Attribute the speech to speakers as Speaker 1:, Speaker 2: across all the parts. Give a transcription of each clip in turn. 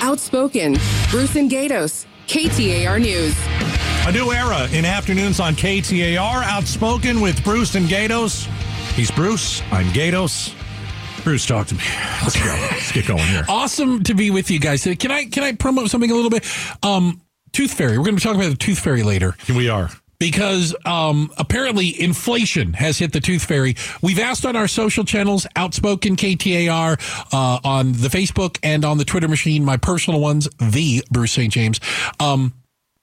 Speaker 1: Outspoken. Bruce and Gatos, KTAR News.
Speaker 2: A new era in afternoons on KTAR. Outspoken with Bruce and Gatos. He's Bruce. I'm Gatos. Bruce, talk to me. Let's go. Let's get going here.
Speaker 3: Awesome to be with you guys. today. Can I can I promote something a little bit? Um, Tooth Fairy. We're going to be talking about the Tooth Fairy later
Speaker 2: Here we are.
Speaker 3: because um, apparently inflation has hit the Tooth Fairy. We've asked on our social channels, Outspoken KTAR, uh, on the Facebook and on the Twitter machine, my personal ones, the Bruce St. James. Um,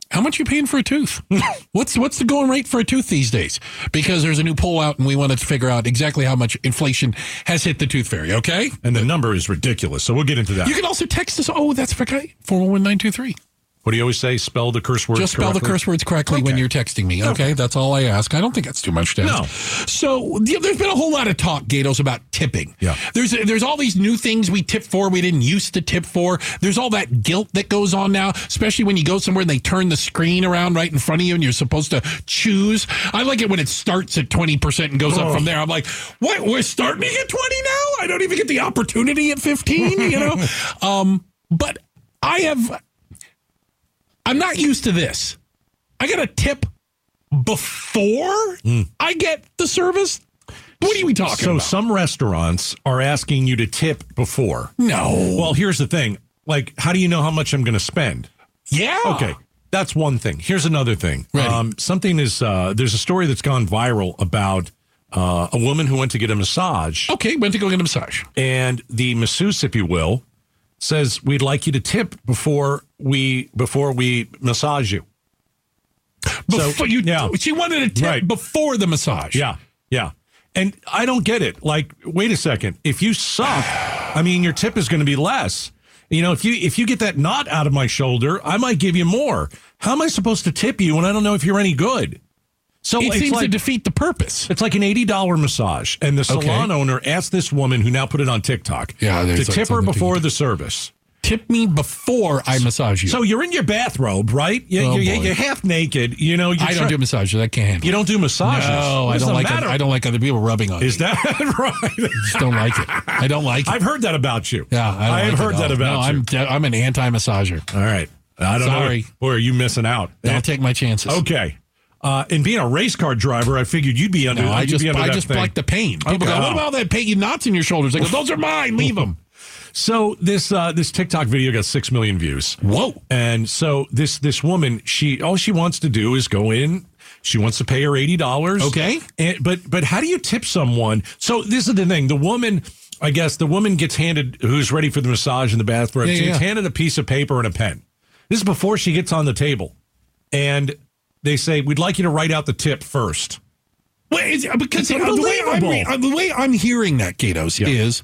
Speaker 3: how much you paying for a tooth? what's what's the going rate for a tooth these days? Because there's a new poll out, and we wanted to figure out exactly how much inflation has hit the Tooth Fairy. Okay.
Speaker 2: And the number is ridiculous. So we'll get into that.
Speaker 3: You can also text us. Oh, that's for guy. 411923.
Speaker 2: what do you always say? Spell the curse words.
Speaker 3: Just spell the
Speaker 2: correctly?
Speaker 3: curse words correctly when you're texting me. Okay? That's all I ask. I don't think that's too much to ask.
Speaker 2: No.
Speaker 3: So yeah, there's been a whole lot of talk, Gatos, about tipping.
Speaker 2: Yeah.
Speaker 3: There's there's all these new things we tip for we didn't used to tip for. There's all that guilt that goes on now, especially when you go somewhere and they turn the screen around right in front of you and you're supposed to choose. I like it when it starts at 20% and goes up from there. I'm like, what? We're starting at 20 now? I don't even get the opportunity at 15, you know? um, but I have I'm not used to this. I got a tip before I get the service. What are we talking
Speaker 2: Hmm. So
Speaker 3: about?
Speaker 2: some restaurants are asking you to tip before.
Speaker 3: no.
Speaker 2: Well, here's the thing. Like, how do you know how much I'm going to spend?
Speaker 3: Yeah.
Speaker 2: Okay. That's one thing. Here's another thing.
Speaker 3: Ready.
Speaker 2: Um, something is uh, there's a story that's gone viral about uh, a woman who went to get a massage,
Speaker 3: Okay. Went to go get a massage.
Speaker 2: and the masseuse, if you will, says we'd like you to tip before we before we massage you.
Speaker 3: Before you,
Speaker 2: yeah.
Speaker 3: she wanted a tip
Speaker 2: Right.
Speaker 3: before the massage.
Speaker 2: Yeah, yeah. And I don't get it. Like, wait a second. If you suck, I mean, your tip is going to be less. You know, if you if you get that knot out of my shoulder, I might give you more. How am I supposed to tip you when I don't know if you're any good? So
Speaker 3: It
Speaker 2: it's
Speaker 3: seems to
Speaker 2: like-
Speaker 3: defeat the purpose.
Speaker 2: It's like an eighty dollar massage, and the
Speaker 3: Okay.
Speaker 2: salon owner asked this woman, who now put it on TikTok,
Speaker 3: Yeah,
Speaker 2: to
Speaker 3: there's like
Speaker 2: tip her
Speaker 3: something to
Speaker 2: before
Speaker 3: do.
Speaker 2: the service.
Speaker 3: Tip me before I massage you.
Speaker 2: So you're in your bathrobe, right? You,
Speaker 3: Oh,
Speaker 2: you,
Speaker 3: boy.
Speaker 2: you're half naked. You know, you're
Speaker 3: I don't
Speaker 2: try-
Speaker 3: do massages. I can't handle.
Speaker 2: you don't do massages.
Speaker 3: No, I
Speaker 2: What's
Speaker 3: don't
Speaker 2: the
Speaker 3: like.
Speaker 2: matter?
Speaker 3: Other, I don't like other people rubbing on.
Speaker 2: Is
Speaker 3: me.
Speaker 2: that right?
Speaker 3: I just don't like it. I don't like it.
Speaker 2: I've heard that about you.
Speaker 3: yeah,
Speaker 2: I,
Speaker 3: don't like
Speaker 2: have
Speaker 3: it
Speaker 2: heard
Speaker 3: at
Speaker 2: that
Speaker 3: all.
Speaker 2: about
Speaker 3: no,
Speaker 2: you.
Speaker 3: I'm de- I'm an anti-massager.
Speaker 2: All right, I don't
Speaker 3: Sorry.
Speaker 2: know. Or are you missing out?
Speaker 3: I'll take my chances.
Speaker 2: Okay. Uh, and being a race car driver, I figured you'd be under.
Speaker 3: No, I
Speaker 2: you'd
Speaker 3: just
Speaker 2: be under
Speaker 3: I
Speaker 2: that
Speaker 3: just
Speaker 2: thing.
Speaker 3: like the pain. People go,
Speaker 2: Okay.
Speaker 3: what about all that pain? You knots in your shoulders. I go, those are mine. Leave them.
Speaker 2: So this uh, this TikTok video got six million views.
Speaker 3: Whoa.
Speaker 2: And so this this woman, she all she wants to do is go in. She wants to pay her eighty dollars.
Speaker 3: Okay.
Speaker 2: And, but but how do you tip someone? So this is the thing. The woman, I guess, the woman gets handed who's ready for the massage in the bathroom.
Speaker 3: Yeah,
Speaker 2: she
Speaker 3: yeah,
Speaker 2: gets
Speaker 3: yeah.
Speaker 2: handed a piece of paper and a pen. This is before she gets on the table, and they say we'd like you to write out the tip first.
Speaker 3: Well, it's, because
Speaker 2: It's
Speaker 3: uh, the, way I'm
Speaker 2: unbelievable.
Speaker 3: re- uh, the way I'm hearing that, Gatos, is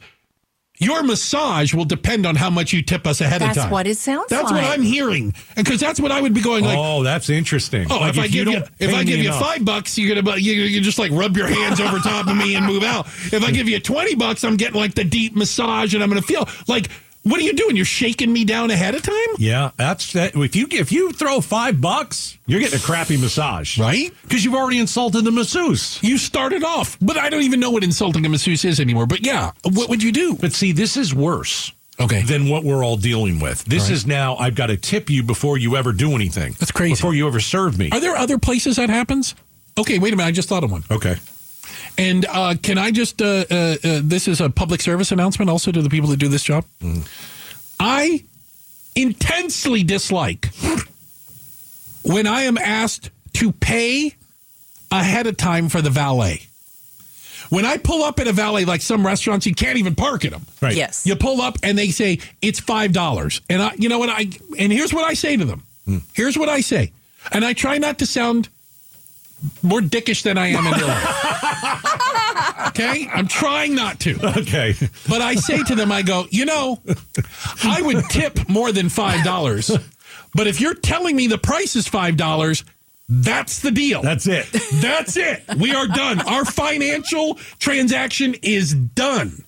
Speaker 3: your massage will depend on how much you tip us ahead
Speaker 4: That's
Speaker 3: of time.
Speaker 4: what it sounds
Speaker 3: That's
Speaker 4: like.
Speaker 3: what I'm hearing. Because that's what I would be going like,
Speaker 2: oh, that's interesting.
Speaker 3: Oh,
Speaker 2: Like,
Speaker 3: if, I give you,
Speaker 2: don't
Speaker 3: if
Speaker 2: pay
Speaker 3: I
Speaker 2: me
Speaker 3: give you
Speaker 2: enough-
Speaker 3: five bucks, you're gonna bu- you you just like rub your hands over top of me and move out. If I give you twenty bucks, I'm getting like the deep massage and I'm gonna feel like what are you doing? You're shaking me down ahead of time,
Speaker 2: Yeah, that's that. If you if you throw five bucks, you're getting a crappy massage,
Speaker 3: right?
Speaker 2: Because you've already insulted the masseuse.
Speaker 3: You started off, but I don't even know what insulting a masseuse is anymore. But yeah, what would you do?
Speaker 2: But see, this is worse
Speaker 3: Okay,
Speaker 2: than what we're all dealing with. This is now I've got to tip you before you ever do anything.
Speaker 3: That's crazy.
Speaker 2: Before you ever serve me.
Speaker 3: are there other places that happens? Okay, wait a minute. I just thought of one.
Speaker 2: okay.
Speaker 3: And uh, can I just? Uh, uh, uh, this is a public service announcement, also to the people that do this job. I intensely dislike when I am asked to pay ahead of time for the valet. When I pull up at a valet, like some restaurants, you can't even park in them.
Speaker 2: Right.
Speaker 4: Yes.
Speaker 3: You pull up and they say it's five dollars, and I, you know what I, and here's what I say to them. Here's what I say, and I try not to sound more dickish than I am in real life. okay, I'm trying not to,
Speaker 2: Okay.
Speaker 3: but I say to them, I go, you know, I would tip more than five dollars, but if you're telling me the price is five dollars, that's the deal.
Speaker 2: That's it.
Speaker 3: That's it. We are done. Our financial transaction is done.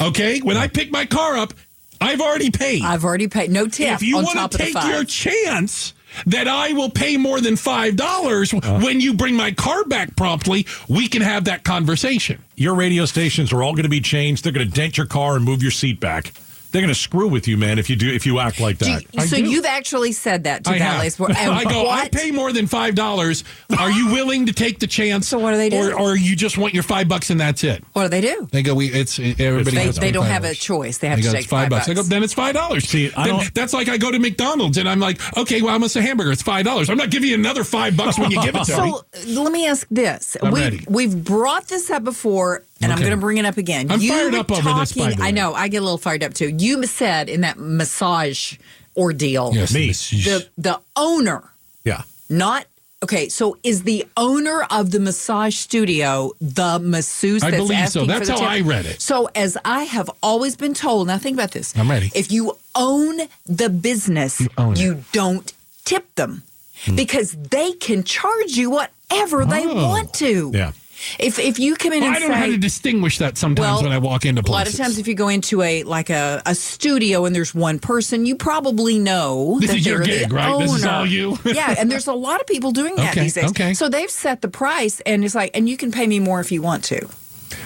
Speaker 3: Okay? When I pick my car up, I've already paid.
Speaker 4: I've already paid no tip
Speaker 3: if you
Speaker 4: on
Speaker 3: want
Speaker 4: top
Speaker 3: to
Speaker 4: of the
Speaker 3: take
Speaker 4: five.
Speaker 3: your chance that I will pay more than $5 when you bring my car back promptly, we can have that conversation.
Speaker 2: Your radio stations are all going to be changed. They're going to dent your car and move your seat back. They're going to screw with you, man. If you do, if you act like that.
Speaker 4: Do you- so you've actually said that to
Speaker 3: I
Speaker 4: valet
Speaker 3: have.
Speaker 4: sport. And
Speaker 3: I go. I
Speaker 4: what-
Speaker 3: pay more than five dollars. Are you willing to take the chance?
Speaker 4: So what do they do?
Speaker 3: Or, or you just want your five bucks and that's it?
Speaker 4: What do they do?
Speaker 3: They go. We. It's everybody.
Speaker 4: They,
Speaker 3: has to
Speaker 4: they
Speaker 3: pay
Speaker 4: don't
Speaker 3: $5.
Speaker 4: have a choice. They have
Speaker 3: I
Speaker 4: to
Speaker 3: go,
Speaker 4: take
Speaker 3: it's five bucks. I go,
Speaker 4: bucks.
Speaker 3: then it's five dollars.
Speaker 2: See, I don't-
Speaker 3: that's like I go to McDonald's and I'm like, okay, well, I must a hamburger. It's five dollars. I'm not giving you another five bucks when you give it to me.
Speaker 4: So uh, let me ask this:
Speaker 3: I'm
Speaker 4: we
Speaker 3: ready.
Speaker 4: we've brought this up before, and I'm
Speaker 3: Okay.
Speaker 4: going to bring it up again.
Speaker 3: I'm
Speaker 4: you
Speaker 3: fired
Speaker 4: were
Speaker 3: up over this, by the
Speaker 4: I
Speaker 3: way.
Speaker 4: know. I get a little fired up too. You said in that massage ordeal,
Speaker 2: Me.
Speaker 4: the the owner,
Speaker 2: yeah.
Speaker 4: not okay. So is the owner of the massage studio the masseuse?
Speaker 3: I
Speaker 4: that's
Speaker 3: believe so.
Speaker 4: asking for
Speaker 3: That's
Speaker 4: the
Speaker 3: how
Speaker 4: tip?
Speaker 3: I read it.
Speaker 4: So as I have always been told, now think about this.
Speaker 3: I'm ready.
Speaker 4: If you own the business, you,
Speaker 3: own it. Hmm.
Speaker 4: don't tip them because they can charge you whatever they
Speaker 3: Oh.
Speaker 4: want to.
Speaker 2: Yeah.
Speaker 4: If if you come in
Speaker 3: Well,
Speaker 4: and
Speaker 3: I don't know
Speaker 4: say,
Speaker 3: how to distinguish that sometimes when I walk into places.
Speaker 4: a lot of times, if you go into a like a, a studio and there's one person, you probably know
Speaker 3: This
Speaker 4: that
Speaker 3: is your
Speaker 4: they're the
Speaker 3: gig, right? This is
Speaker 4: owner.
Speaker 3: all you?
Speaker 4: yeah, and there's a lot of people doing that
Speaker 3: Okay,
Speaker 4: these days.
Speaker 3: okay.
Speaker 4: So they've set the price, and it's like, and you can pay me more if you want to.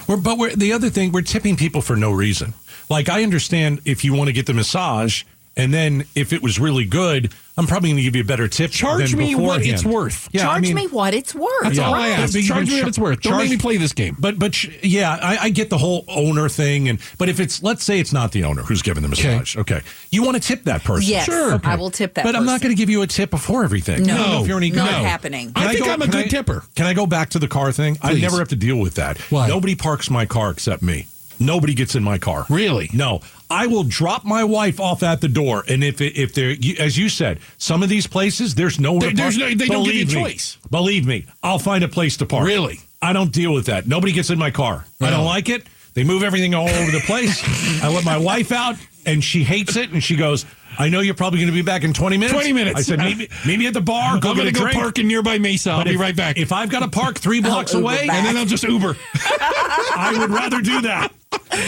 Speaker 2: We're, but we're, the other thing, we're tipping people for no reason. Like, I understand if you want to get the massage, and then if it was really good, I'm probably going to give you a better tip.
Speaker 3: Charge
Speaker 2: than
Speaker 3: me what
Speaker 2: beforehand.
Speaker 3: it's worth.
Speaker 2: Yeah, I
Speaker 4: Charge
Speaker 2: mean-
Speaker 4: me what it's worth.
Speaker 3: That's
Speaker 2: Yeah.
Speaker 3: all I
Speaker 2: Right.
Speaker 3: ask.
Speaker 2: But you can
Speaker 3: Charge me what
Speaker 2: char-
Speaker 3: it's worth. Don't
Speaker 2: charge-
Speaker 3: make me play this game.
Speaker 2: But but sh- yeah, I, I get the whole owner thing, and but if it's let's say it's not the owner who's giving the massage, okay, you want to tip that person,
Speaker 4: Yes, Sure. I will tip that
Speaker 2: But I'm not
Speaker 4: person.
Speaker 2: going to give you a tip before everything.
Speaker 4: No.
Speaker 2: I don't know if you're any good.
Speaker 4: Not happening.
Speaker 3: I
Speaker 2: Can
Speaker 3: think I'm a
Speaker 2: can
Speaker 3: good
Speaker 2: I-
Speaker 3: tipper.
Speaker 2: Can I go back to the car thing? I
Speaker 3: Please.
Speaker 2: never have to deal with that.
Speaker 3: Why?
Speaker 2: Nobody parks my car except me. Nobody gets in my car.
Speaker 3: Really?
Speaker 2: No. I will drop my wife off at the door, and if it- if they're you- as you said, some of these places there's nowhere
Speaker 3: There-
Speaker 2: to park.
Speaker 3: there's no- they don't give you
Speaker 2: Believe me.
Speaker 3: choice.
Speaker 2: Believe me, I'll find a place to park.
Speaker 3: Really?
Speaker 2: I don't deal with that. Nobody gets in my car. I
Speaker 3: No.
Speaker 2: don't like it. They move everything all over the place. I let my wife out, and she hates it. And she goes, "I know you're probably going to be back in 20 minutes."
Speaker 3: 20 minutes.
Speaker 2: I said, "Meet me, meet me at the bar. Go get
Speaker 3: I'm gonna
Speaker 2: a
Speaker 3: go
Speaker 2: drink."
Speaker 3: park in nearby Mesa. I'll
Speaker 2: But
Speaker 3: be
Speaker 2: if-
Speaker 3: right back.
Speaker 2: If I've got to park three blocks
Speaker 4: Uber
Speaker 2: away,
Speaker 4: back.
Speaker 3: and then I'll just Uber.
Speaker 2: I would rather do that.
Speaker 3: Oh.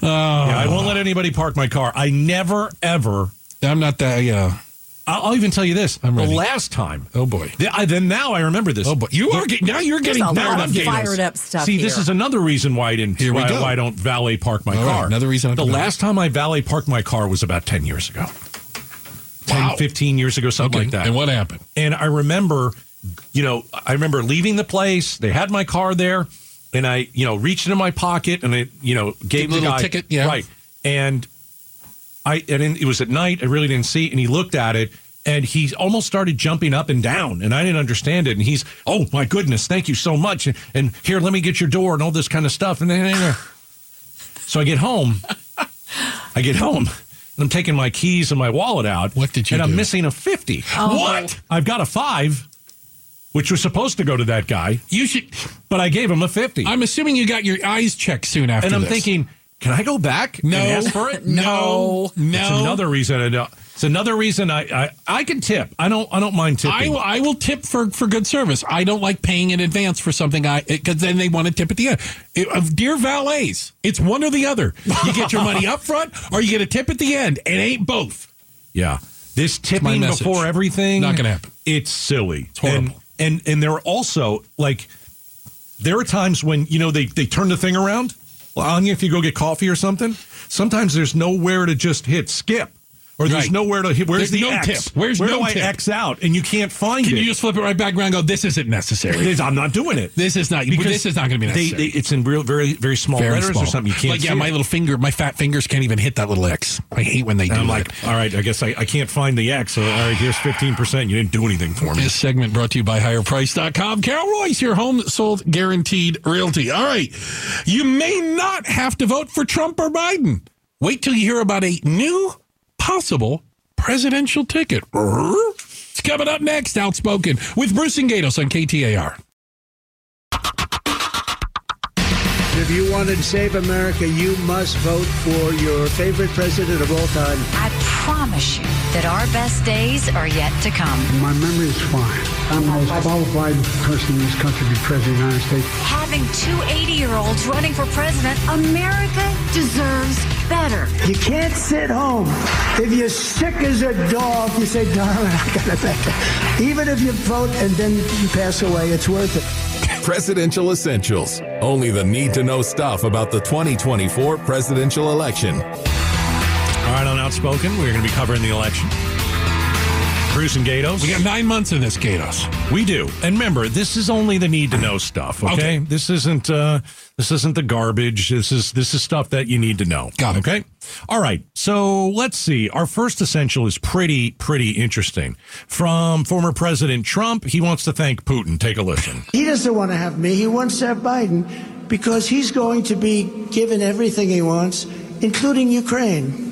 Speaker 2: Yeah, I won't let anybody park my car. I never ever.
Speaker 3: I'm not that. Yeah.
Speaker 2: I'll, I'll even tell you this.
Speaker 3: I'm
Speaker 2: the
Speaker 3: ready.
Speaker 2: last time.
Speaker 3: Oh boy.
Speaker 2: The- I, then now I remember this.
Speaker 3: Oh boy. You are getting now. You're
Speaker 4: There's
Speaker 3: getting
Speaker 4: a
Speaker 3: fired
Speaker 4: lot
Speaker 3: up.
Speaker 4: of
Speaker 3: Gatos.
Speaker 4: fired up stuff.
Speaker 2: See, this
Speaker 4: here.
Speaker 2: is another reason why I didn't.
Speaker 3: Here we
Speaker 2: why,
Speaker 3: go.
Speaker 2: why I don't valet park my
Speaker 3: All right,
Speaker 2: car.
Speaker 3: another reason I
Speaker 2: The
Speaker 3: don't do
Speaker 2: last time I valet parked my car was about ten years ago. 10,
Speaker 3: Wow.
Speaker 2: 15 years ago, something
Speaker 3: Okay,
Speaker 2: like that.
Speaker 3: And what happened?
Speaker 2: And I remember, you know, I remember leaving the place. They had my car there, and I, you know, reached into my pocket and I, you know, gave
Speaker 3: Did a
Speaker 2: the
Speaker 3: little
Speaker 2: guy
Speaker 3: ticket, yeah.
Speaker 2: right. And I and it was at night. I really didn't see, and he looked at it. And he almost started jumping up and down, and I didn't understand it. And he's, "Oh my goodness, thank you so much!" And, and here, let me get your door and all this kind of stuff. And then, so I get home, I get home, and I'm taking my keys and my wallet out.
Speaker 3: What did you
Speaker 2: And I'm
Speaker 3: do?
Speaker 2: missing a fifty.
Speaker 3: What?
Speaker 2: I've got a five, which was supposed to go to that guy,
Speaker 3: You should.
Speaker 2: but I gave him a 50.
Speaker 3: I'm assuming you got your eyes checked soon after.
Speaker 2: and I'm
Speaker 3: this.
Speaker 2: thinking, can I go back
Speaker 3: No.
Speaker 2: and ask for it?
Speaker 3: No. No.
Speaker 2: It's another reason I don't. It's another reason I, I, I can tip. I don't I don't mind tipping.
Speaker 3: I will, I will tip for, for good service. I don't like paying in advance for something I because then they want to tip at the end. It, of dear valets, it's one or the other. You get your money up front or you get a tip at the end. It ain't both.
Speaker 2: Yeah. This
Speaker 3: my
Speaker 2: tipping
Speaker 3: message.
Speaker 2: before everything.
Speaker 3: Not gonna happen.
Speaker 2: It's silly. It's
Speaker 3: horrible.
Speaker 2: And and, and there are also like there are times when, you know, they, they turn the thing around on you if you go get coffee or something. Sometimes there's nowhere to just hit skip. Or there's
Speaker 3: Right.
Speaker 2: nowhere to hit where's the
Speaker 3: There's no
Speaker 2: X?
Speaker 3: tip. Where's
Speaker 2: Where
Speaker 3: no
Speaker 2: do I
Speaker 3: tip?
Speaker 2: X out? And you can't find
Speaker 3: Can
Speaker 2: it.
Speaker 3: you just flip it right back around? and Go. This isn't necessary.
Speaker 2: There's- I'm not doing it.
Speaker 3: This is not. this is not going to be
Speaker 2: they,
Speaker 3: necessary.
Speaker 2: they, it's in real, very very small
Speaker 3: Very
Speaker 2: letters
Speaker 3: small.
Speaker 2: or something. You can't.
Speaker 3: Like yeah,
Speaker 2: see
Speaker 3: my
Speaker 2: it.
Speaker 3: little finger, my fat fingers can't even hit that little X. I hate when they do.
Speaker 2: And I'm
Speaker 3: that.
Speaker 2: like, all right, I guess I, I can't find the X. So all right, here's fifteen percent. You didn't do anything for me.
Speaker 3: This segment brought to you by higherprice.com. Carol Royce, your home sold guaranteed realty. All right. You may not have to vote for Trump or Biden. Wait till you hear about a new possible presidential ticket. It's coming up next, Outspoken, with Bruce and Gatos on KTAR.
Speaker 5: If you want to save America, you must vote for your favorite president of all time.
Speaker 6: I promise you that our best days are yet to come.
Speaker 7: My memory is fine. I'm the most qualified person in this country to be president of the United States.
Speaker 6: Having two 80 year olds running for president, America deserves better.
Speaker 7: You can't sit home. If you're sick as a dog, you say, darling, I gotta back. Even if you vote and then you pass away, it's worth it.
Speaker 8: Presidential Essentials. Only the need to know stuff about the 2024 presidential election.
Speaker 2: All right, on Outspoken, we're going to be covering the election. Bruce and Gatos.
Speaker 3: We got nine months of this, Gatos.
Speaker 2: We do. And remember, this is only the need to know stuff. Okay.
Speaker 3: Okay.
Speaker 2: This isn't uh this isn't the garbage. This is this is stuff that you need to know.
Speaker 3: Got it.
Speaker 2: Okay. All right. So let's see. Our first essential is pretty, pretty interesting. From former President Trump, he wants to thank Putin. Take a listen.
Speaker 7: He doesn't want to have me. He wants to have Biden because he's going to be given everything he wants, including Ukraine.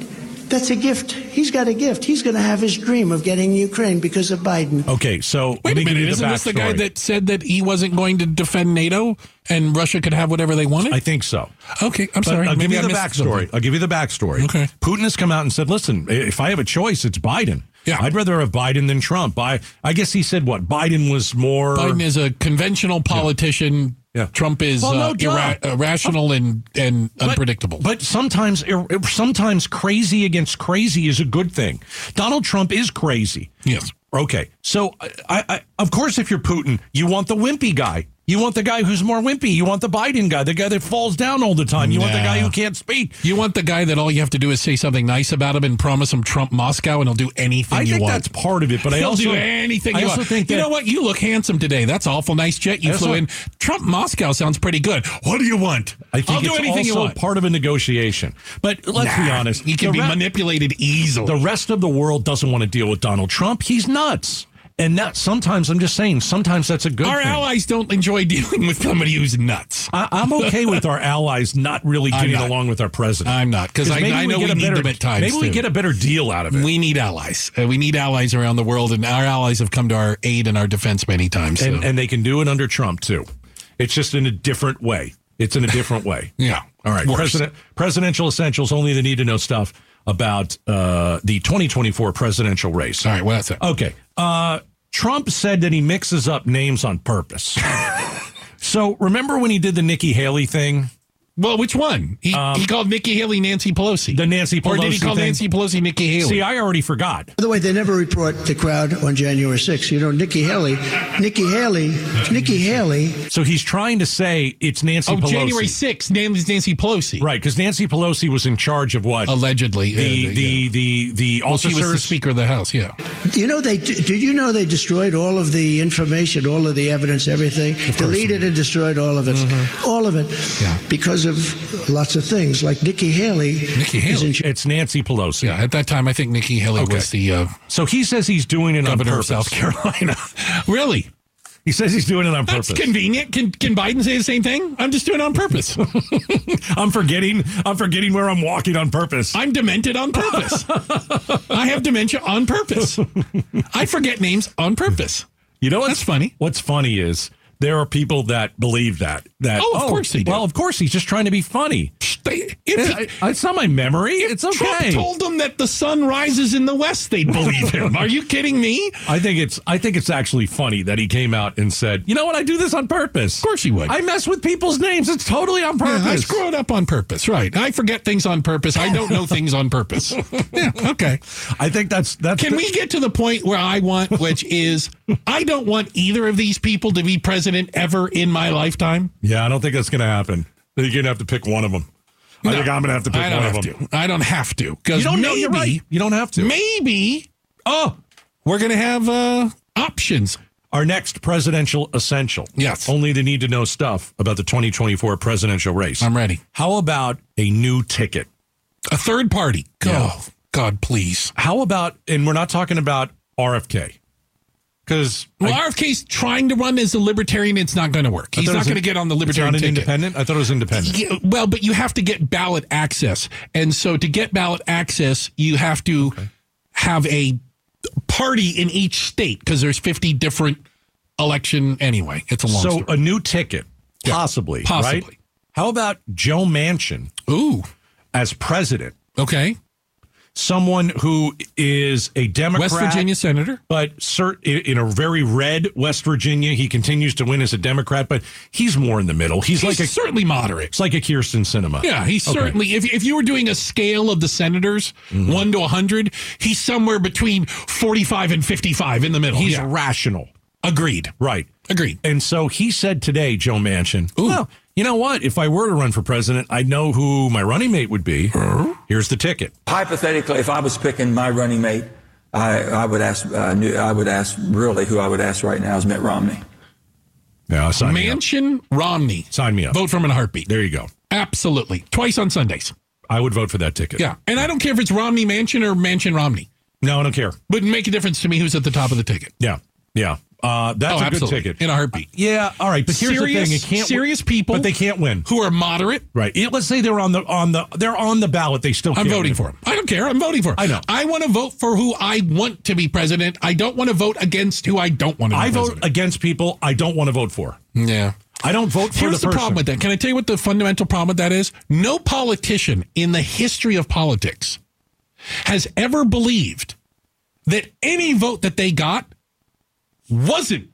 Speaker 7: That's a gift. He's got a gift. He's going to have his dream of getting Ukraine because of Biden.
Speaker 2: Okay, so let
Speaker 3: Wait
Speaker 2: me
Speaker 3: a
Speaker 2: give
Speaker 3: minute,
Speaker 2: you the
Speaker 3: isn't this the guy
Speaker 2: backstory.
Speaker 3: that said that he wasn't going to defend NATO and Russia could have whatever they wanted?
Speaker 2: I think so.
Speaker 3: okay, I'm
Speaker 2: But
Speaker 3: sorry.
Speaker 2: I'll give
Speaker 3: Maybe
Speaker 2: you
Speaker 3: I
Speaker 2: the
Speaker 3: missed something.
Speaker 2: backstory. I'll give you the backstory.
Speaker 3: Okay.
Speaker 2: Putin has come out and said, "Listen, if I have a choice, it's Biden.
Speaker 3: Yeah.
Speaker 2: I'd rather have Biden than Trump." I I guess he said what Biden was more.
Speaker 3: Biden is a conventional politician.
Speaker 2: Yeah.
Speaker 3: Trump is
Speaker 2: Well, no
Speaker 3: uh,
Speaker 2: doubt.
Speaker 3: irra- irrational and, and
Speaker 2: But-
Speaker 3: unpredictable.
Speaker 2: But sometimes, ir- sometimes crazy against crazy is a good thing. Donald Trump is crazy.
Speaker 3: yes.
Speaker 2: Okay, so I, I, of course, if you're Putin, you want the wimpy guy. You want the guy who's more wimpy. You want the Biden guy, the guy that falls down all the time. You want the
Speaker 3: Nah.
Speaker 2: guy who can't speak.
Speaker 3: You want the guy that all you have to do is say something nice about him and promise him Trump Moscow, and he'll do anything
Speaker 2: I
Speaker 3: you
Speaker 2: think
Speaker 3: want.
Speaker 2: that's part of it, but I
Speaker 3: He'll
Speaker 2: also
Speaker 3: do anything.
Speaker 2: I
Speaker 3: you
Speaker 2: also
Speaker 3: want.
Speaker 2: think
Speaker 3: you
Speaker 2: that-
Speaker 3: know what? You look handsome today. That's awful nice jet you
Speaker 2: I also-
Speaker 3: flew in. Trump Moscow sounds pretty good. What do you want?
Speaker 2: I think
Speaker 3: will do
Speaker 2: it's
Speaker 3: anything
Speaker 2: also
Speaker 3: you want.
Speaker 2: part of a negotiation. But let's be
Speaker 3: Nah,
Speaker 2: honest,
Speaker 3: he can
Speaker 2: the
Speaker 3: be
Speaker 2: re-
Speaker 3: manipulated easily.
Speaker 2: The rest of the world doesn't want to deal with Donald Trump. He's nuts. And that sometimes I'm just saying, sometimes that's a good
Speaker 3: Our
Speaker 2: thing.
Speaker 3: allies don't enjoy dealing with somebody who's nuts.
Speaker 2: I, I'm okay with our allies not really
Speaker 3: I'm
Speaker 2: getting
Speaker 3: not.
Speaker 2: along with our president.
Speaker 3: I'm not, 'cause I-
Speaker 2: maybe
Speaker 3: I know
Speaker 2: get
Speaker 3: we
Speaker 2: a
Speaker 3: need
Speaker 2: better,
Speaker 3: them at times,
Speaker 2: Maybe we
Speaker 3: too.
Speaker 2: get a better deal out of it.
Speaker 3: We need allies. Uh, we need allies around the world, and our allies have come to our aid and our defense many times. so-
Speaker 2: and, and they can do it under Trump too. It's just in a different way. It's in a different way.
Speaker 3: Yeah.
Speaker 2: All right.
Speaker 3: Worse.
Speaker 2: President, presidential essentials. Only the need to know stuff about uh, the 2024 presidential race.
Speaker 3: All right, well, that's it.
Speaker 2: Okay. Uh, Trump said that he mixes up names on purpose. so remember when he did the Nikki Haley thing,
Speaker 3: Well, which one? He, he called Nikki Haley Nancy Pelosi.
Speaker 2: um, the Nancy Pelosi
Speaker 3: or did he call
Speaker 2: thing?
Speaker 3: Nancy Pelosi Nikki Haley?
Speaker 2: See, I already forgot.
Speaker 5: By the way, they never report the crowd on January 6th. You know, Nikki Haley, Nikki Haley, Nikki Haley
Speaker 2: So he's trying to say it's Nancy
Speaker 3: oh,
Speaker 2: Pelosi,
Speaker 3: January 6th, name is Nancy Pelosi.
Speaker 2: right? Because Nancy Pelosi was in charge of what
Speaker 3: Allegedly.
Speaker 2: the
Speaker 3: Yeah,
Speaker 2: the,
Speaker 3: yeah.
Speaker 2: the the
Speaker 3: Well, she
Speaker 2: officers.
Speaker 3: was the Speaker of the House, yeah.
Speaker 5: You know, they did you know they destroyed all of the information, all of the evidence, everything, deleted and destroyed all of it, all of it,
Speaker 3: Mm-hmm. Yeah.
Speaker 5: because of lots of things like Nikki Haley. is
Speaker 3: Nikki
Speaker 5: in
Speaker 3: Haley.
Speaker 5: charge.
Speaker 2: it's Nancy Pelosi.
Speaker 3: Yeah, at that time, I think Nikki Haley
Speaker 2: Okay.
Speaker 3: was the uh,
Speaker 2: So he says he's doing it on
Speaker 3: governor of
Speaker 2: purpose.
Speaker 3: South Carolina. really?
Speaker 2: He says he's doing it on purpose.
Speaker 3: That's convenient. Can, can Biden say the same thing? I'm just doing it on purpose.
Speaker 2: I'm forgetting. I'm forgetting where I'm walking on purpose.
Speaker 3: I'm demented on purpose. I have dementia on purpose. I forget names on purpose.
Speaker 2: You know what's
Speaker 3: That's funny.
Speaker 2: What's funny is there are people that believe that. That
Speaker 3: Oh, of course they do.
Speaker 2: Well, of course he's just trying to be funny.
Speaker 3: They-
Speaker 2: It-
Speaker 3: if
Speaker 2: it's not my memory. It's
Speaker 3: he- Trump
Speaker 2: okay.
Speaker 3: told them that the sun rises in the west, they'd believe him. Are you kidding me? Of
Speaker 2: I think it's I think it's actually funny that he came out and said, "You know what? I do this on purpose. Of
Speaker 3: course he would.
Speaker 2: I mess with people's names. It's totally on purpose."
Speaker 3: I screw it up on purpose, right? I forget things on purpose. I don't know things on purpose. Yeah, okay.
Speaker 2: I think that's that's.
Speaker 3: Can we get to the point where I want, which is, I don't want either of these people to be president ever in my lifetime.
Speaker 2: Yeah, I don't think that's going to happen. You're going to have to pick one of them. I think I'm going to have to pick
Speaker 3: I don't
Speaker 2: one
Speaker 3: have
Speaker 2: of them.
Speaker 3: to. I don't have to. Because
Speaker 2: You don't know.
Speaker 3: maybe,
Speaker 2: You're right. You don't have to.
Speaker 3: maybe
Speaker 2: Oh,
Speaker 3: we're going to have uh, options.
Speaker 2: Our next presidential essential.
Speaker 3: Yes.
Speaker 2: Only the need to know stuff about the 2024 presidential race.
Speaker 3: I'm ready.
Speaker 2: How about a new ticket?
Speaker 3: A third party. Go.
Speaker 2: Yeah.
Speaker 3: God, please.
Speaker 2: How about, and we're not talking about RFK, because
Speaker 3: Well, RFK's trying to run as a libertarian. It's not going to work. He's not going to get on the libertarian
Speaker 2: Not an
Speaker 3: ticket.
Speaker 2: independent. I thought it was independent.
Speaker 3: Yeah, well, but you have to get ballot access. And so to get ballot access, you have to have a party in each state because there's 50 different election anyway. It's a long
Speaker 2: So
Speaker 3: story.
Speaker 2: a new ticket, possibly,
Speaker 3: possibly.
Speaker 2: right? How about Joe Manchin
Speaker 3: Ooh.
Speaker 2: as president?
Speaker 3: Okay.
Speaker 2: Someone who is a Democrat,
Speaker 3: West Virginia senator.
Speaker 2: but cert, i- in a very red West Virginia, he continues to win as a Democrat, but he's more in the middle. He's,
Speaker 3: He's
Speaker 2: like a
Speaker 3: certainly moderate.
Speaker 2: It's like a Kirsten Cinema.
Speaker 3: Yeah, he's
Speaker 2: Okay.
Speaker 3: certainly. If, if you were doing a scale of the senators,
Speaker 2: Mm-hmm.
Speaker 3: one to 100, he's somewhere between 45 and 55 in the middle.
Speaker 2: He's
Speaker 3: Oh, yeah.
Speaker 2: rational.
Speaker 3: agreed.
Speaker 2: Right.
Speaker 3: Agreed.
Speaker 2: And so he said today, Joe Manchin, well, you know what? If I were to run for president, I'd know who my running mate would be. Here's the ticket.
Speaker 9: Hypothetically, if I was picking my running mate, I, I would ask. I knew I would ask. Really, who I would ask right now is Mitt Romney.
Speaker 2: Yeah, sign me up.
Speaker 3: Mansion Romney.
Speaker 2: Sign me up.
Speaker 3: Vote for him in a heartbeat.
Speaker 2: There you go.
Speaker 3: Absolutely. Twice on Sundays.
Speaker 2: I would vote for that ticket.
Speaker 3: Yeah. And I don't care if it's Romney Mansion or Mansion Romney.
Speaker 2: No, I don't care.
Speaker 3: Wouldn't make a difference to me who's at the top of the ticket.
Speaker 2: Yeah. Yeah. Uh, that's
Speaker 3: oh,
Speaker 2: a
Speaker 3: absolutely.
Speaker 2: good ticket.
Speaker 3: In a heartbeat.
Speaker 2: yeah. All right. But here's
Speaker 3: serious,
Speaker 2: the thing: it can't
Speaker 3: serious people
Speaker 2: but they can't win.
Speaker 3: who are moderate.
Speaker 2: Right. It- let's say they're on the on the they're on the ballot. They still.
Speaker 3: I'm
Speaker 2: can't
Speaker 3: voting
Speaker 2: win.
Speaker 3: for him. I don't care. I'm voting for him.
Speaker 2: I know.
Speaker 3: I want to vote for who I want to be president. I don't want to vote against who I don't want to be
Speaker 2: I vote
Speaker 3: president.
Speaker 2: against people I don't want to vote for.
Speaker 3: Yeah.
Speaker 2: I don't vote for
Speaker 3: Here's
Speaker 2: the
Speaker 3: the,
Speaker 2: person.
Speaker 3: problem with that. Can I tell you what the fundamental problem with that is? No politician in the history of politics has ever believed that any vote that they got wasn't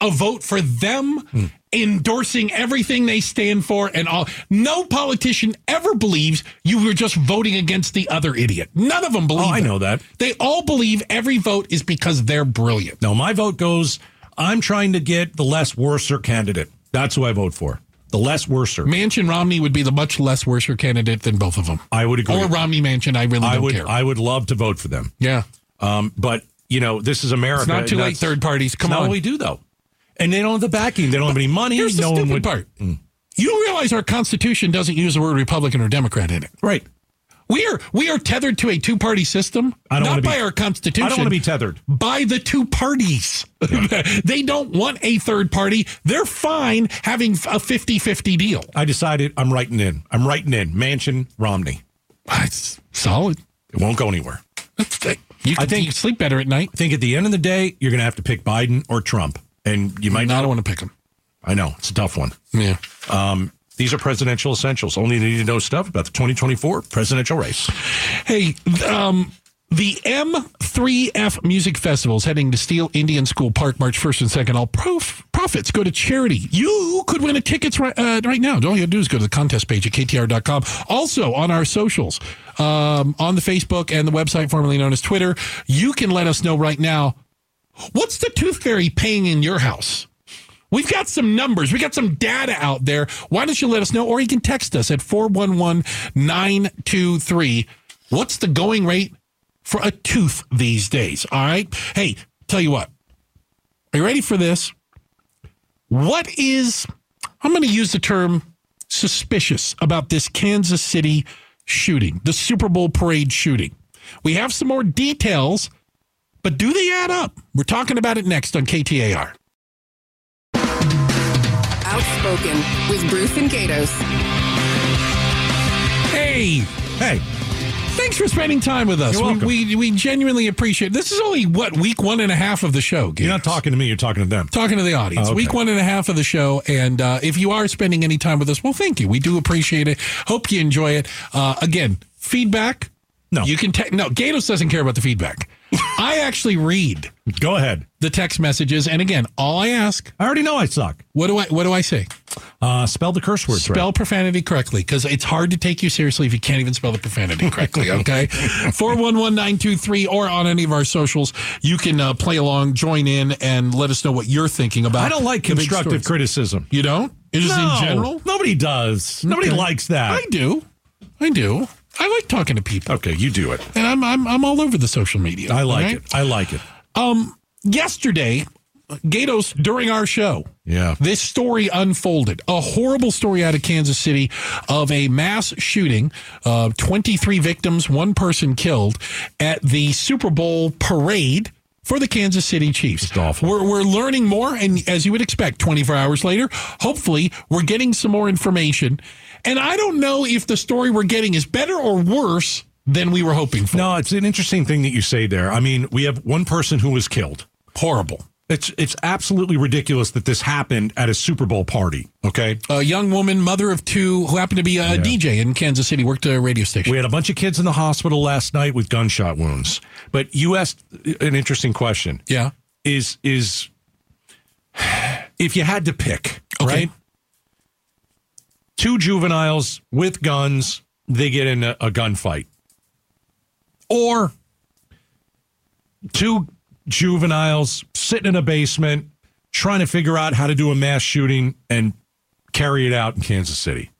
Speaker 3: a vote for them
Speaker 2: Hmm.
Speaker 3: endorsing everything they stand for and all. No politician ever believes you were just voting against the other idiot. None of them believe.
Speaker 2: Oh, I know that.
Speaker 3: They all believe every vote is because they're brilliant.
Speaker 2: No, my vote goes. I'm trying to get the less worser candidate. That's who I vote for. The less worser.
Speaker 3: Manchin Romney would be the much less worse candidate than both of them.
Speaker 2: I would agree.
Speaker 3: Or Romney Manchin. I really
Speaker 2: I
Speaker 3: don't
Speaker 2: would.
Speaker 3: care.
Speaker 2: I would love to vote for them.
Speaker 3: yeah.
Speaker 2: Um, but you know, this is America.
Speaker 3: It's not too
Speaker 2: and
Speaker 3: late.
Speaker 2: that's-
Speaker 3: Third parties.
Speaker 2: It's
Speaker 3: Come
Speaker 2: not
Speaker 3: on.
Speaker 2: what we do though. And they don't have the backing. They don't have any money.
Speaker 3: Here's the
Speaker 2: no
Speaker 3: stupid
Speaker 2: one would, Mm.
Speaker 3: part. You realize our Constitution doesn't use the word Republican or Democrat in it.
Speaker 2: Right.
Speaker 3: We are we are tethered to a two party system,
Speaker 2: I don't wanna
Speaker 3: not
Speaker 2: be-
Speaker 3: by our Constitution.
Speaker 2: I don't want to be tethered.
Speaker 3: by the two parties. they don't want a third party. They're fine having a 50-50 deal.
Speaker 2: I decided I'm writing in. I'm writing in. Mansion Romney.
Speaker 3: That's solid.
Speaker 2: It won't go anywhere.
Speaker 3: That's- You can,
Speaker 2: I think-
Speaker 3: you can sleep better at night.
Speaker 2: I think at the end of the day, you're going to have to pick Biden or Trump, and you might
Speaker 3: I
Speaker 2: not.
Speaker 3: don't want to pick them.
Speaker 2: I know it's a tough one.
Speaker 3: Yeah.
Speaker 2: These are presidential essentials. Only need to know stuff about the 2024 presidential race.
Speaker 3: Hey, um, the M3F Music Festival is heading to Steele Indian School Park March 1st and 2nd. All prof- profits go to charity. You could win a tickets right, uh, right now. All you have to do is go to the contest page at KTR.com. Also on our socials, um, on the Facebook and the website formerly known as Twitter, you can let us know right now what's the tooth fairy paying in your house? We've got some numbers. We got some data out there. Why don't you let us know? Or you can text us at 411 923. What's the going rate for a tooth these days? All right. Hey, tell you what. Are you ready for this? What is, I'm going to use the term suspicious about this Kansas City shooting, the Super Bowl parade shooting. We have some more details, but do they add up? We're talking about it next on KTAR.
Speaker 1: Outspoken with Bruce and Gatos.
Speaker 3: Hey,
Speaker 2: Hey,
Speaker 3: Thanks for spending time with us.
Speaker 2: You're welcome.
Speaker 3: We, we we genuinely appreciate. This is only what week one and a half of the show.
Speaker 2: you're
Speaker 3: Gators?
Speaker 2: not talking to me. You're talking to them.
Speaker 3: Talking to the audience.
Speaker 2: Oh, okay.
Speaker 3: Week one and a half of the show, and uh, if you are spending any time with us, well, thank you. We do appreciate it. Hope you enjoy it. Uh, again, feedback.
Speaker 2: No.
Speaker 3: you can. Te- no, Gatos doesn't care about the feedback. I actually read
Speaker 2: Go ahead.
Speaker 3: the text messages, and again, all I ask,
Speaker 2: I already know I suck.
Speaker 3: what do I what do I say?
Speaker 2: Uh, spell the curse words
Speaker 3: spell
Speaker 2: right.
Speaker 3: profanity correctly because it's hard to take you seriously if you can't even spell the profanity correctly okay 411923 or on any of our socials you can uh, play along join in and let us know what you're thinking about
Speaker 2: I don't like
Speaker 3: the big
Speaker 2: constructive
Speaker 3: stories.
Speaker 2: criticism.
Speaker 3: you don't It's just
Speaker 2: No,
Speaker 3: in general
Speaker 2: nobody does. Nobody
Speaker 3: Okay.
Speaker 2: likes that.
Speaker 3: i do i do i like talking to people
Speaker 2: okay, you do it.
Speaker 3: and i'm i'm, I'm all over the social media
Speaker 2: I like
Speaker 3: okay?
Speaker 2: it. I like it.
Speaker 3: Um, yesterday gatos during our show
Speaker 2: Yeah.
Speaker 3: This story unfolded. A horrible story out of Kansas City of a mass shooting, uh, 23 victims, one person killed at the Super Bowl parade for the Kansas City Chiefs.
Speaker 2: awful.
Speaker 3: We're, we're learning more, and as you would expect, 24 hours later, hopefully, we're getting some more information. And I don't know if the story we're getting is better or worse than we were hoping for.
Speaker 2: No, it's an interesting thing that you say there. I mean, we have one person who was killed.
Speaker 3: Horrible.
Speaker 2: It's it's absolutely ridiculous that this happened at a Super Bowl party. Okay.
Speaker 3: A young woman, mother of two, who happened to be a DJ in Kansas City, worked at a radio station.
Speaker 2: We had a bunch of kids in the hospital last night with gunshot wounds. But you asked an interesting question.
Speaker 3: yeah.
Speaker 2: Is is if you had to pick,
Speaker 3: Okay.
Speaker 2: right? Two juveniles with guns, they get in a, a gunfight. Or two juveniles sitting in a basement trying to figure out how to do a mass shooting and carry it out in Kansas City.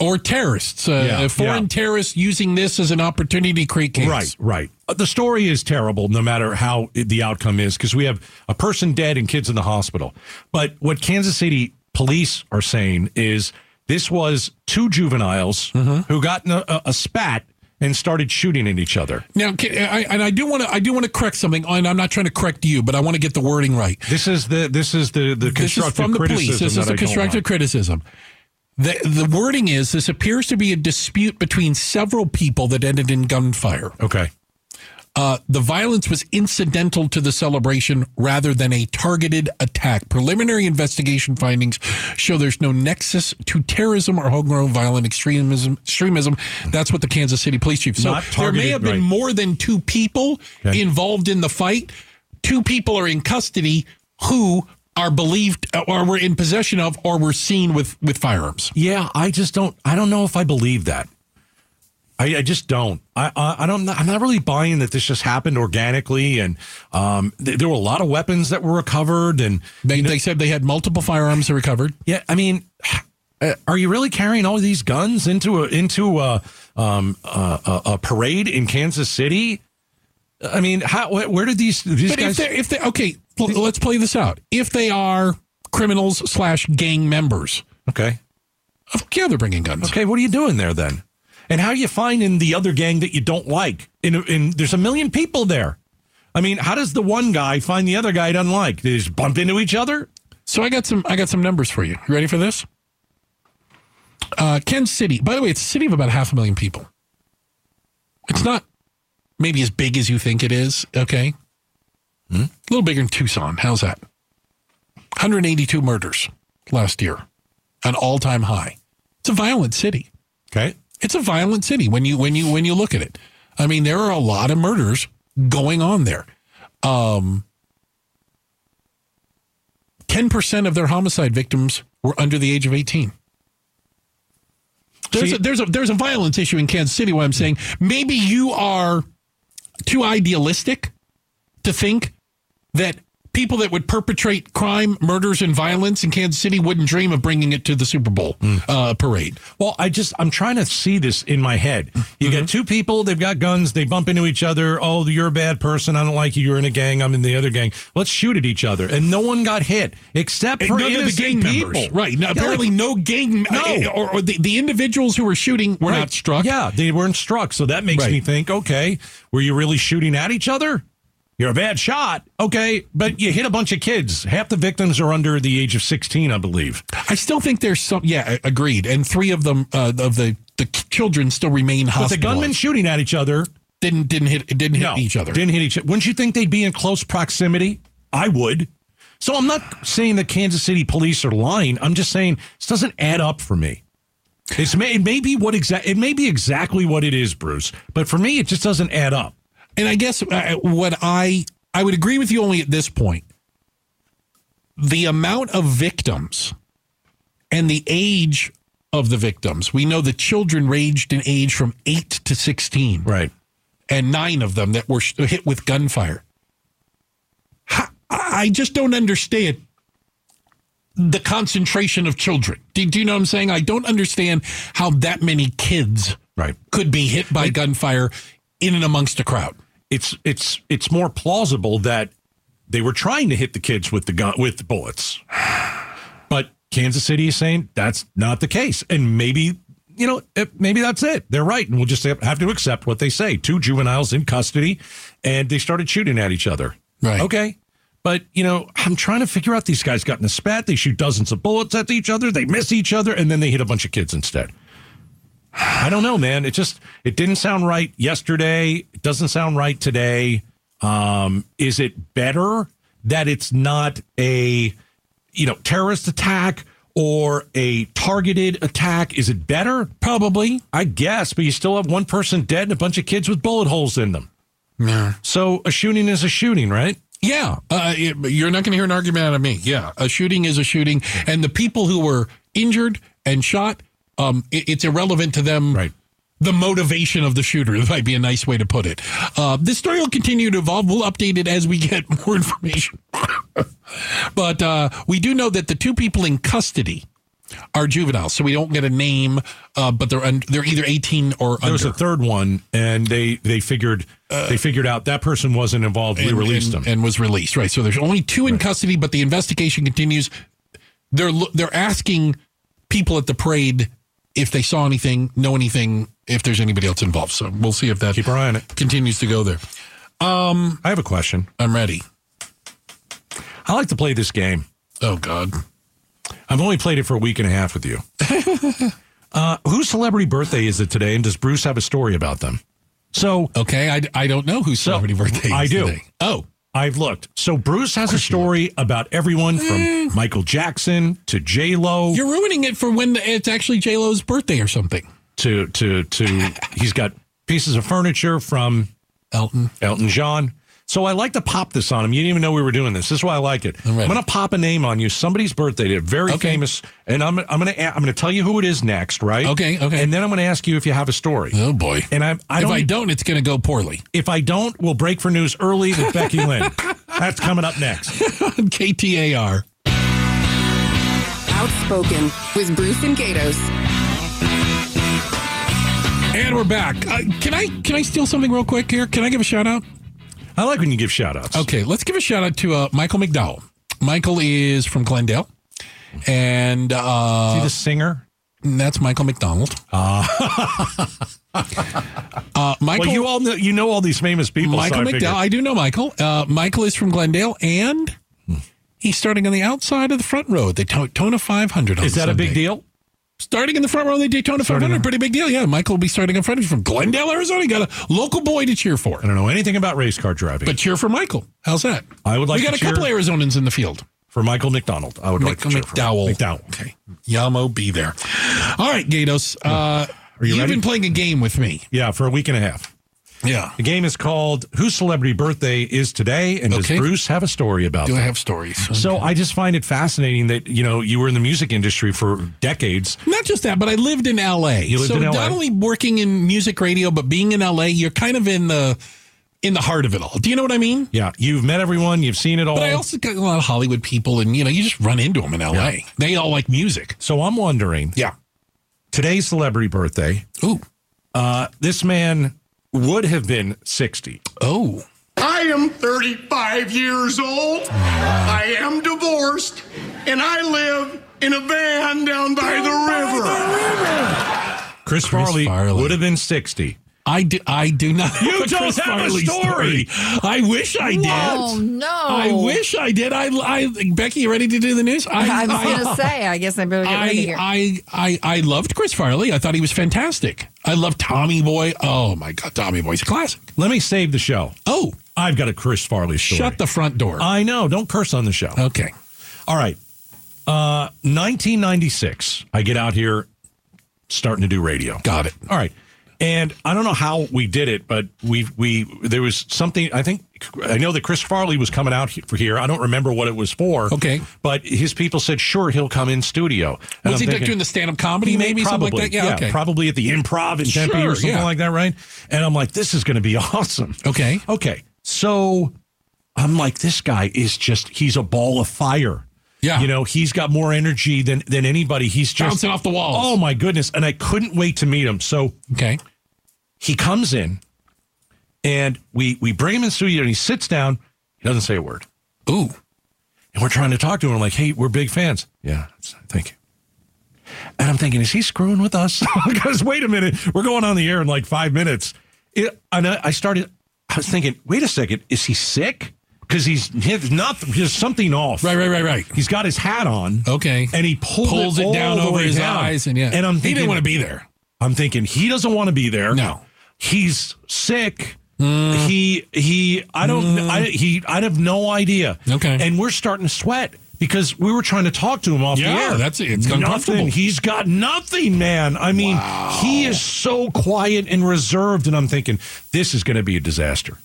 Speaker 3: or terrorists, uh,
Speaker 2: Yeah,
Speaker 3: foreign
Speaker 2: yeah.
Speaker 3: terrorists using this as an opportunity to create chaos.
Speaker 2: Right, right. Uh, The story is terrible no matter how it- the outcome is because we have a person dead and kids in the hospital. But what Kansas City police are saying is this was two juveniles
Speaker 3: Mm-hmm.
Speaker 2: who got in a, a- a spat and started shooting at each other.
Speaker 3: Now, ca- I, and I do want to, I do want to correct something, and I'm not trying to correct you, but I want to get the wording right.
Speaker 2: This is the this is the the
Speaker 3: This
Speaker 2: constructive
Speaker 3: is from the
Speaker 2: criticism
Speaker 3: police. This is
Speaker 2: that
Speaker 3: the
Speaker 2: I don't
Speaker 3: constructive
Speaker 2: like.
Speaker 3: criticism. The, the wording is this appears to be a dispute between several people that ended in gunfire.
Speaker 2: Okay.
Speaker 3: Uh, the violence was incidental to the celebration rather than a targeted attack. Preliminary investigation findings show there's no nexus to terrorism or homegrown violent extremism. Extremism. That's what the Kansas City Police Chief. So
Speaker 2: Not
Speaker 3: there
Speaker 2: targeted,
Speaker 3: may have been
Speaker 2: right.
Speaker 3: more than two people
Speaker 2: Okay.
Speaker 3: involved in the fight. Two people are in custody who are believed or were in possession of or were seen with with firearms.
Speaker 2: Yeah, I just don't. I don't know if I believe that. I, I just don't. I, I I don't. I'm not really buying that this just happened organically, and um, th- there were a lot of weapons that were recovered, and
Speaker 3: They, they said they had multiple firearms they recovered.
Speaker 2: yeah, I mean, uh, are you really carrying all these guns into a into a um a, a, a parade in Kansas City? I mean, how wh- where did these these
Speaker 3: But if
Speaker 2: guys?
Speaker 3: they're, if they okay, l- let's play this out. If they are criminals slash gang members,
Speaker 2: Okay,
Speaker 3: of- yeah, they're bringing guns.
Speaker 2: okay, what are you doing there then? And how are you finding the other gang that you don't like? In in there's a million people there. I mean, how does the one guy find the other guy he doesn't like? They just bump into each other?
Speaker 3: So I got some I got some numbers for you. You ready for this? Uh, Kansas City. By the way, it's a city of about half a million people. It's not maybe as big as you think it is. Okay, Hmm? a little bigger than Tucson. How's that? 182 murders last year, an all-time high. It's a violent city.
Speaker 2: Okay.
Speaker 3: it's a violent city when you when you when you look at it. I mean, there are a lot of murders going on there. Um, 10% of their homicide victims were under the age of 18. There's,
Speaker 2: See-
Speaker 3: a, there's a there's a violence issue in Kansas City where I'm saying maybe you are too idealistic to think that people that would perpetrate crime, murders, and violence in Kansas City wouldn't dream of bringing it to the Super Bowl
Speaker 2: Hmm.
Speaker 3: uh, parade.
Speaker 2: Well, I just I'm trying to see this in my head.
Speaker 3: Mm-hmm.
Speaker 2: You got two people, they've got guns, they bump into each other. Oh, you're a bad person. I don't like you. You're in a gang. I'm in the other gang. Let's shoot at each other. And no one got hit except for
Speaker 3: None of the gang
Speaker 2: innocent people.
Speaker 3: members, right? No,
Speaker 2: Yeah,
Speaker 3: apparently,
Speaker 2: like-
Speaker 3: no gang,
Speaker 2: No.
Speaker 3: or, or the, the individuals who were shooting were
Speaker 2: right.
Speaker 3: not struck.
Speaker 2: Yeah, they weren't struck. So that makes
Speaker 3: Right.
Speaker 2: me think, okay, were you really shooting at each other? You're a bad shot. Okay, but you hit a bunch of kids. Half the victims are under the age of 16, I believe.
Speaker 3: I still think there's some. Yeah, a- agreed. And three of them uh, of the the children still remain
Speaker 2: But the
Speaker 3: hospitalized.
Speaker 2: gunmen shooting at each other
Speaker 3: didn't didn't hit didn't
Speaker 2: No,
Speaker 3: hit each other.
Speaker 2: Didn't hit each other. Wouldn't you think they'd be in close proximity? I would. So I'm not saying the Kansas City police are lying. I'm just saying this doesn't add up for me. It's may, it may be what exact it may be exactly what it is, Bruce. But for me, it just doesn't add up.
Speaker 3: and I guess uh, what I I would agree with you only at this point. The amount of victims and the age of the victims. We know the children ranged in age from 8 to 16.
Speaker 2: Right.
Speaker 3: and nine of them that were sh- hit with gunfire. Ha- I just don't understand the concentration of children. Do, do you know what I'm saying? I don't understand how that many kids
Speaker 2: Right.
Speaker 3: could be hit by gunfire in and amongst a crowd.
Speaker 2: It's it's it's more plausible that they were trying to hit the kids with the gun with the bullets. But Kansas City is saying that's not the case, and maybe you know it, maybe that's it. They're right, and we'll just have to accept what they say. Two juveniles in custody, and they started shooting at each other.
Speaker 3: Right.
Speaker 2: Okay. But you know, I'm trying to figure out these guys got in a spat. They shoot dozens of bullets at each other. They miss each other, and then they hit a bunch of kids instead. I don't know, man. It just it didn't sound right yesterday. It doesn't sound right today. Um, is it better that it's not a you know terrorist attack or a targeted attack? Is it better? Probably, I guess. But you still have one person dead and a bunch of kids with bullet holes in them. So a shooting is a shooting, right?
Speaker 3: Yeah, uh, it- you're not going to hear an argument out of me. Yeah, a shooting is a shooting, and the people who were injured and shot, um, it- it's irrelevant to them.
Speaker 2: Right.
Speaker 3: The motivation of the shooter that might be a nice way to put it. Uh, this story will continue to evolve. We'll update it as we get more information. but uh, we do know that the two people in custody are juveniles, so we don't get a name, uh, but they're un- they're either 18 or
Speaker 2: There was
Speaker 3: under. Uh,
Speaker 2: a third one, and they they figured they figured out that person wasn't involved. We
Speaker 3: and-
Speaker 2: released
Speaker 3: and,
Speaker 2: them.
Speaker 3: and was released. Right. So there's only two in custody, but the investigation continues. They're lo- they're asking people at the parade if they saw anything, know anything, if there's anybody else involved. So we'll see if that
Speaker 2: Keep our eye on it.
Speaker 3: continues to go there.
Speaker 2: I have a question.
Speaker 3: I'm ready.
Speaker 2: I like to play this game.
Speaker 3: Oh God.
Speaker 2: I've only played it for a week and a half with you. uh, whose celebrity birthday is it today, and does Bruce have a story about them? So
Speaker 3: Okay. I, I don't know whose celebrity birthday.
Speaker 2: I
Speaker 3: is
Speaker 2: do.
Speaker 3: today. Oh,
Speaker 2: I've looked. So Bruce has a story about everyone from Michael Jackson to J Lo
Speaker 3: you're ruining it for when it's actually J Lo's birthday or something.
Speaker 2: to to to. he's got pieces of furniture from
Speaker 3: Elton.
Speaker 2: Elton John. So I like to pop this on him. You didn't even know we were doing this. This is why I like it.
Speaker 3: ready.
Speaker 2: I'm going to pop a name on you. Somebody's birthday, they're very
Speaker 3: Okay.
Speaker 2: famous, and I'm I'm going to I'm going to tell you who it is next, right?
Speaker 3: Okay, okay.
Speaker 2: And then I'm going to ask you if you have a story.
Speaker 3: Oh boy.
Speaker 2: And I'm I
Speaker 3: if
Speaker 2: don't, e-
Speaker 3: I don't, it's going to go poorly.
Speaker 2: if I don't, we'll break for news early with Becky Lynn. That's coming up next.
Speaker 3: KTAR.
Speaker 1: Outspoken with Bruce and Gatos.
Speaker 3: And we're back. Uh, can I can I steal something real quick here? Can I give a shout out?
Speaker 2: I like when you give shout outs.
Speaker 3: Okay, let's give a shout out to uh, Michael McDowell. Michael is from Glendale, and uh,
Speaker 2: See the Oh, singer?
Speaker 3: that's Michael McDonald. uh, Michael,
Speaker 2: Well, you all know, you know all these famous people.
Speaker 3: Michael
Speaker 2: so I figured-
Speaker 3: McDowell. I do know Michael. Uh, Michael is from Glendale, and
Speaker 2: Hmm.
Speaker 3: he's starting on the outside of the front row at the Daytona 500. On
Speaker 2: Is that a big
Speaker 3: Sunday.
Speaker 2: deal?
Speaker 3: Starting in the front row of the Daytona 500, pretty big deal. Yeah, Michael will be starting in front of you from Glendale, Arizona. You got a local boy to cheer for.
Speaker 2: I don't know anything about race car driving,
Speaker 3: But
Speaker 2: but
Speaker 3: cheer for Michael. How's that?
Speaker 2: I would like
Speaker 3: We got
Speaker 2: to
Speaker 3: a couple
Speaker 2: cheer-
Speaker 3: Arizonans in the field.
Speaker 2: for Michael McDonald, I would like to cheer
Speaker 3: Michael
Speaker 2: for
Speaker 3: McDowell.
Speaker 2: McDowell.
Speaker 3: Okay. Yamo be there. All right, Gatos. Uh,
Speaker 2: Are you
Speaker 3: you've
Speaker 2: ready?
Speaker 3: been playing a game with me.
Speaker 2: Yeah, for a week and a half.
Speaker 3: Yeah.
Speaker 2: The game is called "Whose Celebrity Birthday Is Today?" and
Speaker 3: Okay.
Speaker 2: does Bruce have a story about?
Speaker 3: Do I
Speaker 2: it?
Speaker 3: have stories?
Speaker 2: So I just find it fascinating that you know you were in the music industry for decades.
Speaker 3: Not just that, but I lived in LA.
Speaker 2: You lived
Speaker 3: so
Speaker 2: in LA.
Speaker 3: not only working in music radio, but being in LA, you're kind of in the in the heart of it all. Do you know what I mean?
Speaker 2: Yeah, you've met everyone, you've seen it all.
Speaker 3: But I also got a lot of Hollywood people, and you know, you just run into them in LA. They all like music.
Speaker 2: so I'm wondering
Speaker 3: Yeah.
Speaker 2: today's celebrity birthday.
Speaker 3: Ooh.
Speaker 2: Uh, this man would have been 60.
Speaker 3: Oh.
Speaker 10: I am 35 years old. I am divorced, and I live in a van down by the river.
Speaker 2: Chris, Farley,
Speaker 3: Farley.
Speaker 2: would have been 60.
Speaker 3: I do. I do not.
Speaker 2: You
Speaker 3: a
Speaker 2: don't
Speaker 3: Chris
Speaker 2: have a
Speaker 3: Farley
Speaker 2: story.
Speaker 3: I wish I did.
Speaker 4: Oh no!
Speaker 3: I wish I did. I, I, Becky, you ready to do the news?
Speaker 4: I
Speaker 3: I,
Speaker 4: was
Speaker 3: I,
Speaker 4: gonna say. I guess I better get rid of here.
Speaker 3: I, I, I loved Chris Farley. I thought he was fantastic. I love Tommy Boy. Oh my God, Tommy Boy's a classic.
Speaker 2: Let me save the show.
Speaker 3: Oh,
Speaker 2: I've got a Chris Farley story. Uh,
Speaker 3: shut the Uh, front door.
Speaker 2: I know. Don't curse on the show.
Speaker 3: okay.
Speaker 2: All right. Uh, 1996. I get out here starting to do radio.
Speaker 3: Got it.
Speaker 2: All right. And I don't know how we did it, but we we there was something I think I know that Chris Farley was coming out he- for here. I don't remember what it was for.
Speaker 3: Okay.
Speaker 2: But his people said sure he'll come in studio. And
Speaker 3: Was
Speaker 2: I'm
Speaker 3: he
Speaker 2: thinking-
Speaker 3: doing the stand-up comedy?
Speaker 2: He may-
Speaker 3: Maybe
Speaker 2: probably,
Speaker 3: something like that. Yeah. okay.
Speaker 2: probably at the improv in Tempe
Speaker 3: Sure,
Speaker 2: or something
Speaker 3: yeah.
Speaker 2: like that, right? And I'm like, this is going to be awesome.
Speaker 3: Okay.
Speaker 2: Okay. So I'm like, this guy is just, he's a ball of fire.
Speaker 3: Yeah.
Speaker 2: You know, he's got more energy than than anybody. He's just
Speaker 3: Bouncing off the walls.
Speaker 2: Oh my goodness. And I couldn't wait to meet him. So
Speaker 3: Okay.
Speaker 2: he comes in and we we bring him in the studio and he sits down. He doesn't say a word.
Speaker 3: Ooh.
Speaker 2: And we're trying to talk to him. I'm like, hey, we're big fans. Yeah, that's- thank you. And I'm thinking, is he screwing with us? Because wait a minute, we're going on the air in like five minutes. It, and I, I started, I was thinking, wait a second, is he sick? Because he's his, not, there's something off.
Speaker 3: Right. Right. Right. Right.
Speaker 2: He's got his hat on.
Speaker 3: Okay.
Speaker 2: And he pulled
Speaker 3: Pulls it,
Speaker 2: all
Speaker 3: down
Speaker 2: the
Speaker 3: over
Speaker 2: way
Speaker 3: his
Speaker 2: down.
Speaker 3: eyes, and yeah.
Speaker 2: And I'm thinking,
Speaker 3: he didn't want to be there.
Speaker 2: I'm thinking he doesn't want to be there.
Speaker 3: No. Mm.
Speaker 2: he's sick. He he. I don't. I he. I have no idea.
Speaker 3: Okay.
Speaker 2: and we're starting to sweat because we were trying to talk to him off the
Speaker 3: Yeah,
Speaker 2: air.
Speaker 3: that's- it's uncomfortable.
Speaker 2: nothing. He's got nothing, man. I mean, he is so quiet and reserved, and I'm thinking this is going to be a disaster.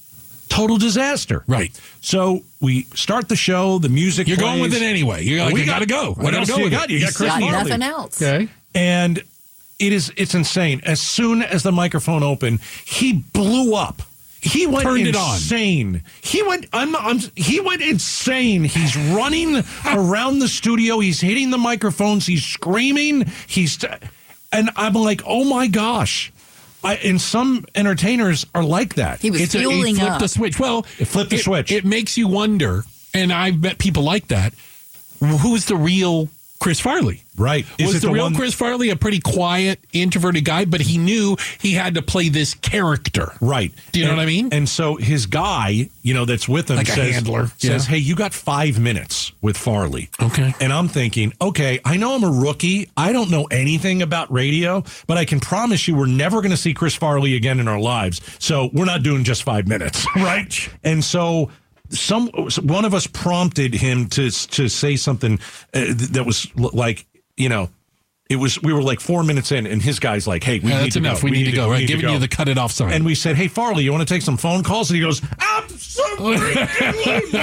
Speaker 2: Total disaster.
Speaker 3: Right.
Speaker 2: So we start the show. The music.
Speaker 3: You're going with
Speaker 2: plays.
Speaker 3: it anyway. You're like,
Speaker 2: We
Speaker 3: I
Speaker 2: got-
Speaker 3: gotta go.
Speaker 2: What
Speaker 3: I
Speaker 2: else
Speaker 3: gotta go
Speaker 2: do you
Speaker 3: with
Speaker 2: got?
Speaker 3: it.
Speaker 2: You got
Speaker 3: He's
Speaker 2: Chris
Speaker 4: Got
Speaker 2: Farley.
Speaker 4: nothing else.
Speaker 3: Okay.
Speaker 2: and it is it's insane. As soon as the microphone opened, he blew up. He went
Speaker 3: Turned it on.
Speaker 2: insane. He went. I'm, I'm. He went insane. He's running around the studio. He's hitting the microphones. He's screaming. He's. T- and I'm like, oh my gosh. I, and some entertainers are like that.
Speaker 4: He was
Speaker 3: it's a,
Speaker 4: fueling
Speaker 3: he flipped
Speaker 4: up.
Speaker 3: the switch. Well,
Speaker 2: It flipped the
Speaker 3: it-
Speaker 2: switch.
Speaker 3: It makes you wonder, and I've met people like that. Who's the real Chris Farley?
Speaker 2: Right. Is
Speaker 3: was
Speaker 2: it
Speaker 3: the,
Speaker 2: the
Speaker 3: real
Speaker 2: one-
Speaker 3: Chris Farley a pretty quiet, introverted guy? But he knew he had to play this character.
Speaker 2: Right.
Speaker 3: Do you know
Speaker 2: And-
Speaker 3: what I mean?
Speaker 2: And so his guy, you know, that's with him
Speaker 3: Like a
Speaker 2: says,
Speaker 3: handler.
Speaker 2: says,
Speaker 3: Yeah.
Speaker 2: Hey, you got five minutes with Farley.
Speaker 3: Okay.
Speaker 2: And I'm thinking, okay, I know I'm a rookie. I don't know anything about radio, but I can promise you we're never going to see Chris Farley again in our lives. So we're not doing just five minutes. Right. and so. Some one of us prompted him to to say something uh, th- that was l- like you know it was we were like four minutes in and his guy's like hey we
Speaker 3: Yeah,
Speaker 2: need
Speaker 3: that's
Speaker 2: to
Speaker 3: enough.
Speaker 2: go.
Speaker 3: We, need, to go.
Speaker 2: we
Speaker 3: Right,
Speaker 2: need to
Speaker 3: giving
Speaker 2: go."
Speaker 3: you the cut it off sign.
Speaker 2: and we said, "Hey Farley, you want to take some phone calls?" And he goes, "Absolutely!"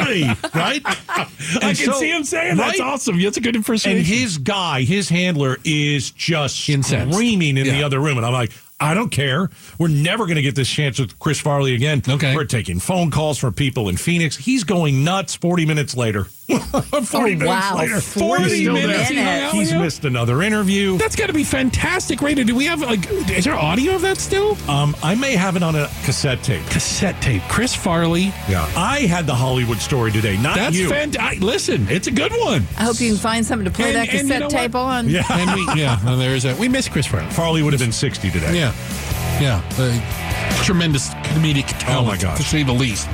Speaker 2: right? I
Speaker 3: I can see him saying that's awesome. That's a good impersonation.
Speaker 2: And his guy, his handler, is just
Speaker 3: Incensed.
Speaker 2: screaming in the
Speaker 3: Yeah.
Speaker 2: other room, and I'm like. I don't care. We're never going to get this chance with Chris Farley again.
Speaker 3: Okay.
Speaker 2: We're taking phone calls from people in Phoenix. He's going nuts 40 minutes later. 40
Speaker 3: Oh,
Speaker 2: minutes
Speaker 4: wow.
Speaker 2: later.
Speaker 4: 40
Speaker 2: He's still there.
Speaker 4: minutes he hung out
Speaker 2: He's
Speaker 3: with you?
Speaker 2: missed another interview.
Speaker 3: that's got to be fantastic radio. Do we have like? Is there audio of that still?
Speaker 2: Um, I may have it on a cassette tape.
Speaker 3: Cassette tape. Chris Farley.
Speaker 2: Yeah. I had the Hollywood story today, not
Speaker 3: That's
Speaker 2: you.
Speaker 3: fantastic. Listen, it's a good one.
Speaker 4: I hope you can find something to play
Speaker 3: And-
Speaker 4: that
Speaker 3: and you
Speaker 4: cassette
Speaker 3: know
Speaker 4: tape
Speaker 3: what?
Speaker 4: on.
Speaker 2: Yeah.
Speaker 3: and we yeah, and there's that. We miss Chris Farley.
Speaker 2: Farley would have been 60 today.
Speaker 3: Yeah, yeah, uh, tremendous comedic talent.
Speaker 2: Oh, my gosh.
Speaker 3: to say the least.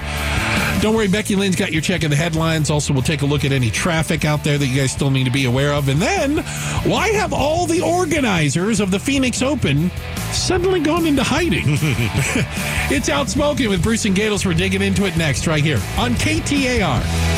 Speaker 3: Don't worry, Becky Lynn's got your check of the headlines. Also, we'll take a look at any traffic out there that you guys still need to be aware of. And then, why have all the organizers of the Phoenix Open suddenly gone into hiding? it's Outspoken with Bruce and Gatles. We're digging into it next, right here on KTAR.